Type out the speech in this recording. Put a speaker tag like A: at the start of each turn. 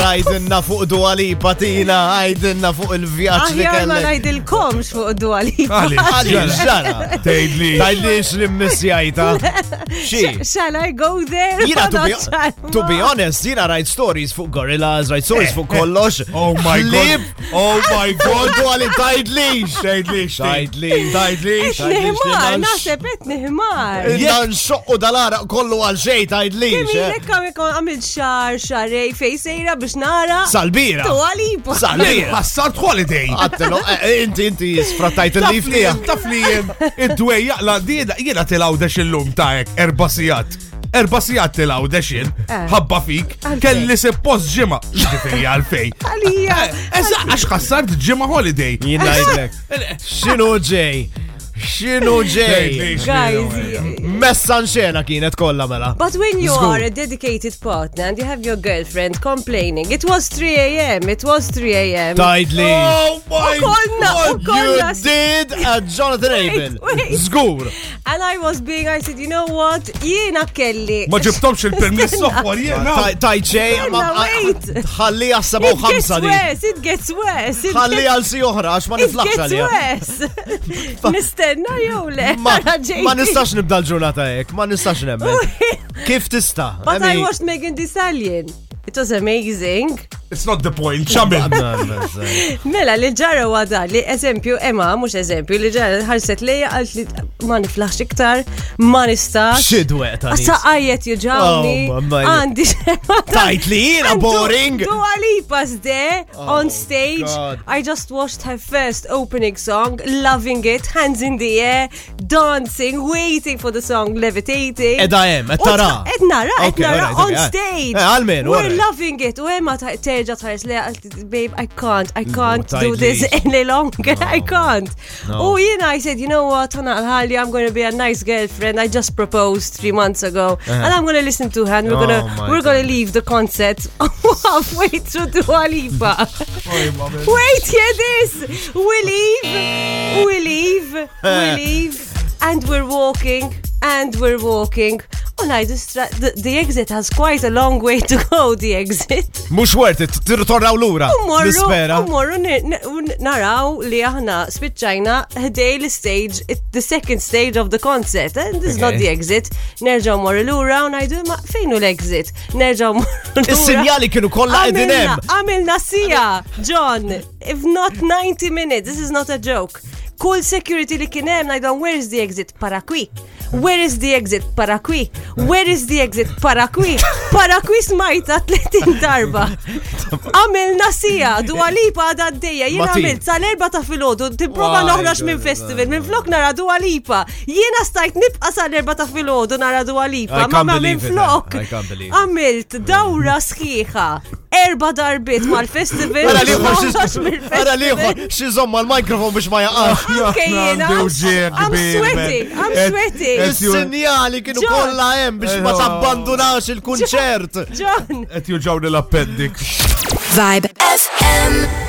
A: Rajdinna fuq duali patina, għajdinna fuq
B: Ah,
A: il-vjaċ li
B: Aħjar ma
A: kellek.
B: najdilkomx fuq duali.
A: Għalli,
C: Għalix,
A: xara.
C: Tgħidli.
A: Għallix li missjajta. Xie.
B: Shall I go there?
A: Jina, to
B: Ma
A: be,
B: naċċar-
A: to be honest, jina rajt stories fuq gorillas, rajt stories fuq kollox.
C: Oh my god.
A: Ħlib,
C: Oh my god.
A: Kontu għalli tajdlix.
C: Tgħidlix.
A: Tajdlix.
C: Tgħidlix.
B: Nihmar, naħseb et nihmar.
A: Jek xoqqu dal-ara kollu għal xej eh. tajdlix.
B: Kemilek kam ikon għamil xar, xarrej, fej sejra biex nara.
A: Salbira.
B: Tuali po.
A: Salbira.
C: Passart holiday.
A: Għattelo, eh, inti, inti, sfrattajt
C: Taf
A: il-lif
C: li jem,
A: tijak.
C: Taf li jem, id-dwejja, la dina, jena tilawda xillum tajek, erbasijat. Erbasijat tilawda xil,
B: Eh.
C: ħabba fik,
B: Għalfej.
C: kelli se post ġima, ġifiri għalfej.
B: Għalija.
A: Eh,
C: Eza, għax ħassart ġima holiday.
A: Jina jidlek. Xinu ġej? Xinu ġej?
C: Tgħidlix li
B: Guys,
C: jem,
A: eh,
C: jem.
B: y-
A: Messa nxena kienet kolla mela.
B: But when you
A: Zgur.
B: are a dedicated partner and you have your girlfriend complaining, it was 3 a.m., it was 3 a.m.
A: Tajdli.
C: Oh my
B: Ukollna,
C: god.
A: You
B: ukollna.
A: did a Jonathan Abel.
B: wait.
A: Zgur.
B: And I was being, I said, you know what? Jiena kelli.
C: Ma ġibtomx il-permess soħwar
A: eh.
C: jena.
A: Tajċej,
B: Istenna, wait.
A: ħalli għas
B: It gets
A: 57 di.
B: worse, it gets worse. it
A: Ħalli
B: gets-
A: għal si oħra, għax ma
B: It
A: niflax
B: gets
A: għalija.
B: worse. Nistenna jew le.
A: Ma
B: Ara ġejti.
A: ma nistax nibda l-ġurnata hekk, ma nistax nemmen. Kif tista?
B: But I
A: Emi-
B: watched Megan Thee Stallion. It was amazing.
C: It's not the point, ċamil.
A: Na, na, na.
B: Mela li ġara wada li eżempju Emma, mux eżempju, li ġara ħarset lejja għalt li ma niflax iktar, ma nistax.
A: Xidwet għanis.
B: Assa għajet juġawni,
A: Oh, mamma mia.
B: għandi
A: Tajt li jina boring. Oh,
B: Do Lipa's there on stage.
A: God.
B: I just watched her first opening song, loving it, hands in the air, dancing, waiting for the song, levitating.
A: Edha jem, et tara.
B: Ed nara, ed
A: Okay,
B: nara
A: alright,
B: on
A: okay,
B: stage.
A: eh, għalmen,
B: We're
A: alright.
B: loving it. U Emma ta- terġa tħares li għalt, babe, I can't, I can't do
A: tajt
B: this
A: li.
B: any longer. I can't. U jina, I said, you know what, għana għalħalli, I'm going to be a nice girlfriend. I just proposed three months ago.
A: Uh-huh.
B: And I'm going to listen to her and we're
A: Oh,
B: going to,
A: my
B: we're going to leave the concert halfway through to Aliba. Wait, hear this. We leave, we leave, we leave. And we're walking, and we're walking. And I just, tra- the, the exit has quite a long way to go, the exit.
A: Mux worth it, tirtornaw l-ura.
B: Umorru,
A: Nispera.
B: umorru ni- ni- un- naraw li aħna spiċċajna ħdej l-stage, it- the second stage of the concert. And this is not
A: Okay.
B: the exit. Nerġaw morru l-ura u najdu ma fejnu l-exit. Nerġaw morru l-ura.
A: Is-sinjali kienu kolla edin
B: Għamilna,
A: hemm.
B: għamilna sija, John, if not 90 minutes, this is not a joke. Kull security li kien hemm ngħidhom where is the exit para qui? Where is the exit para qui? Where is the exit para qui? Para qui smajta 30 darba. Għamilna sija, dua lipa għadha għaddejja, jien
A: Matin.
B: għamilt sal-erba ta' filgħodu, tipprova
A: Why,
B: noħroġ minn
A: God,
B: festival, minn flok nara dua lipa. Jiena stajt nibqa' sal-erba ta' filgħodu nara dua
A: I
B: lipa,
A: can't
B: mamma minn
A: believe it,
B: flok.
A: I can't believe it. Mm.
B: Għamilt dawra sħiħa, erba darbit mal-festival.
A: Għara liħor,
B: Noħroġ
A: xi-
B: mill-festival.
A: għara liħor, xizom mal-mikrofon biex ma jaqax.
B: Anke jiena, I'm- I'm sweating, I'm sweating.
C: Et ju-
A: Is-sinjali kienu
B: John.
A: kolla hemm biex ma
C: Ejja.
A: tabbandunax il-kunċert.
B: John,
C: et juġawni l-appendix.
D: Vibe FM.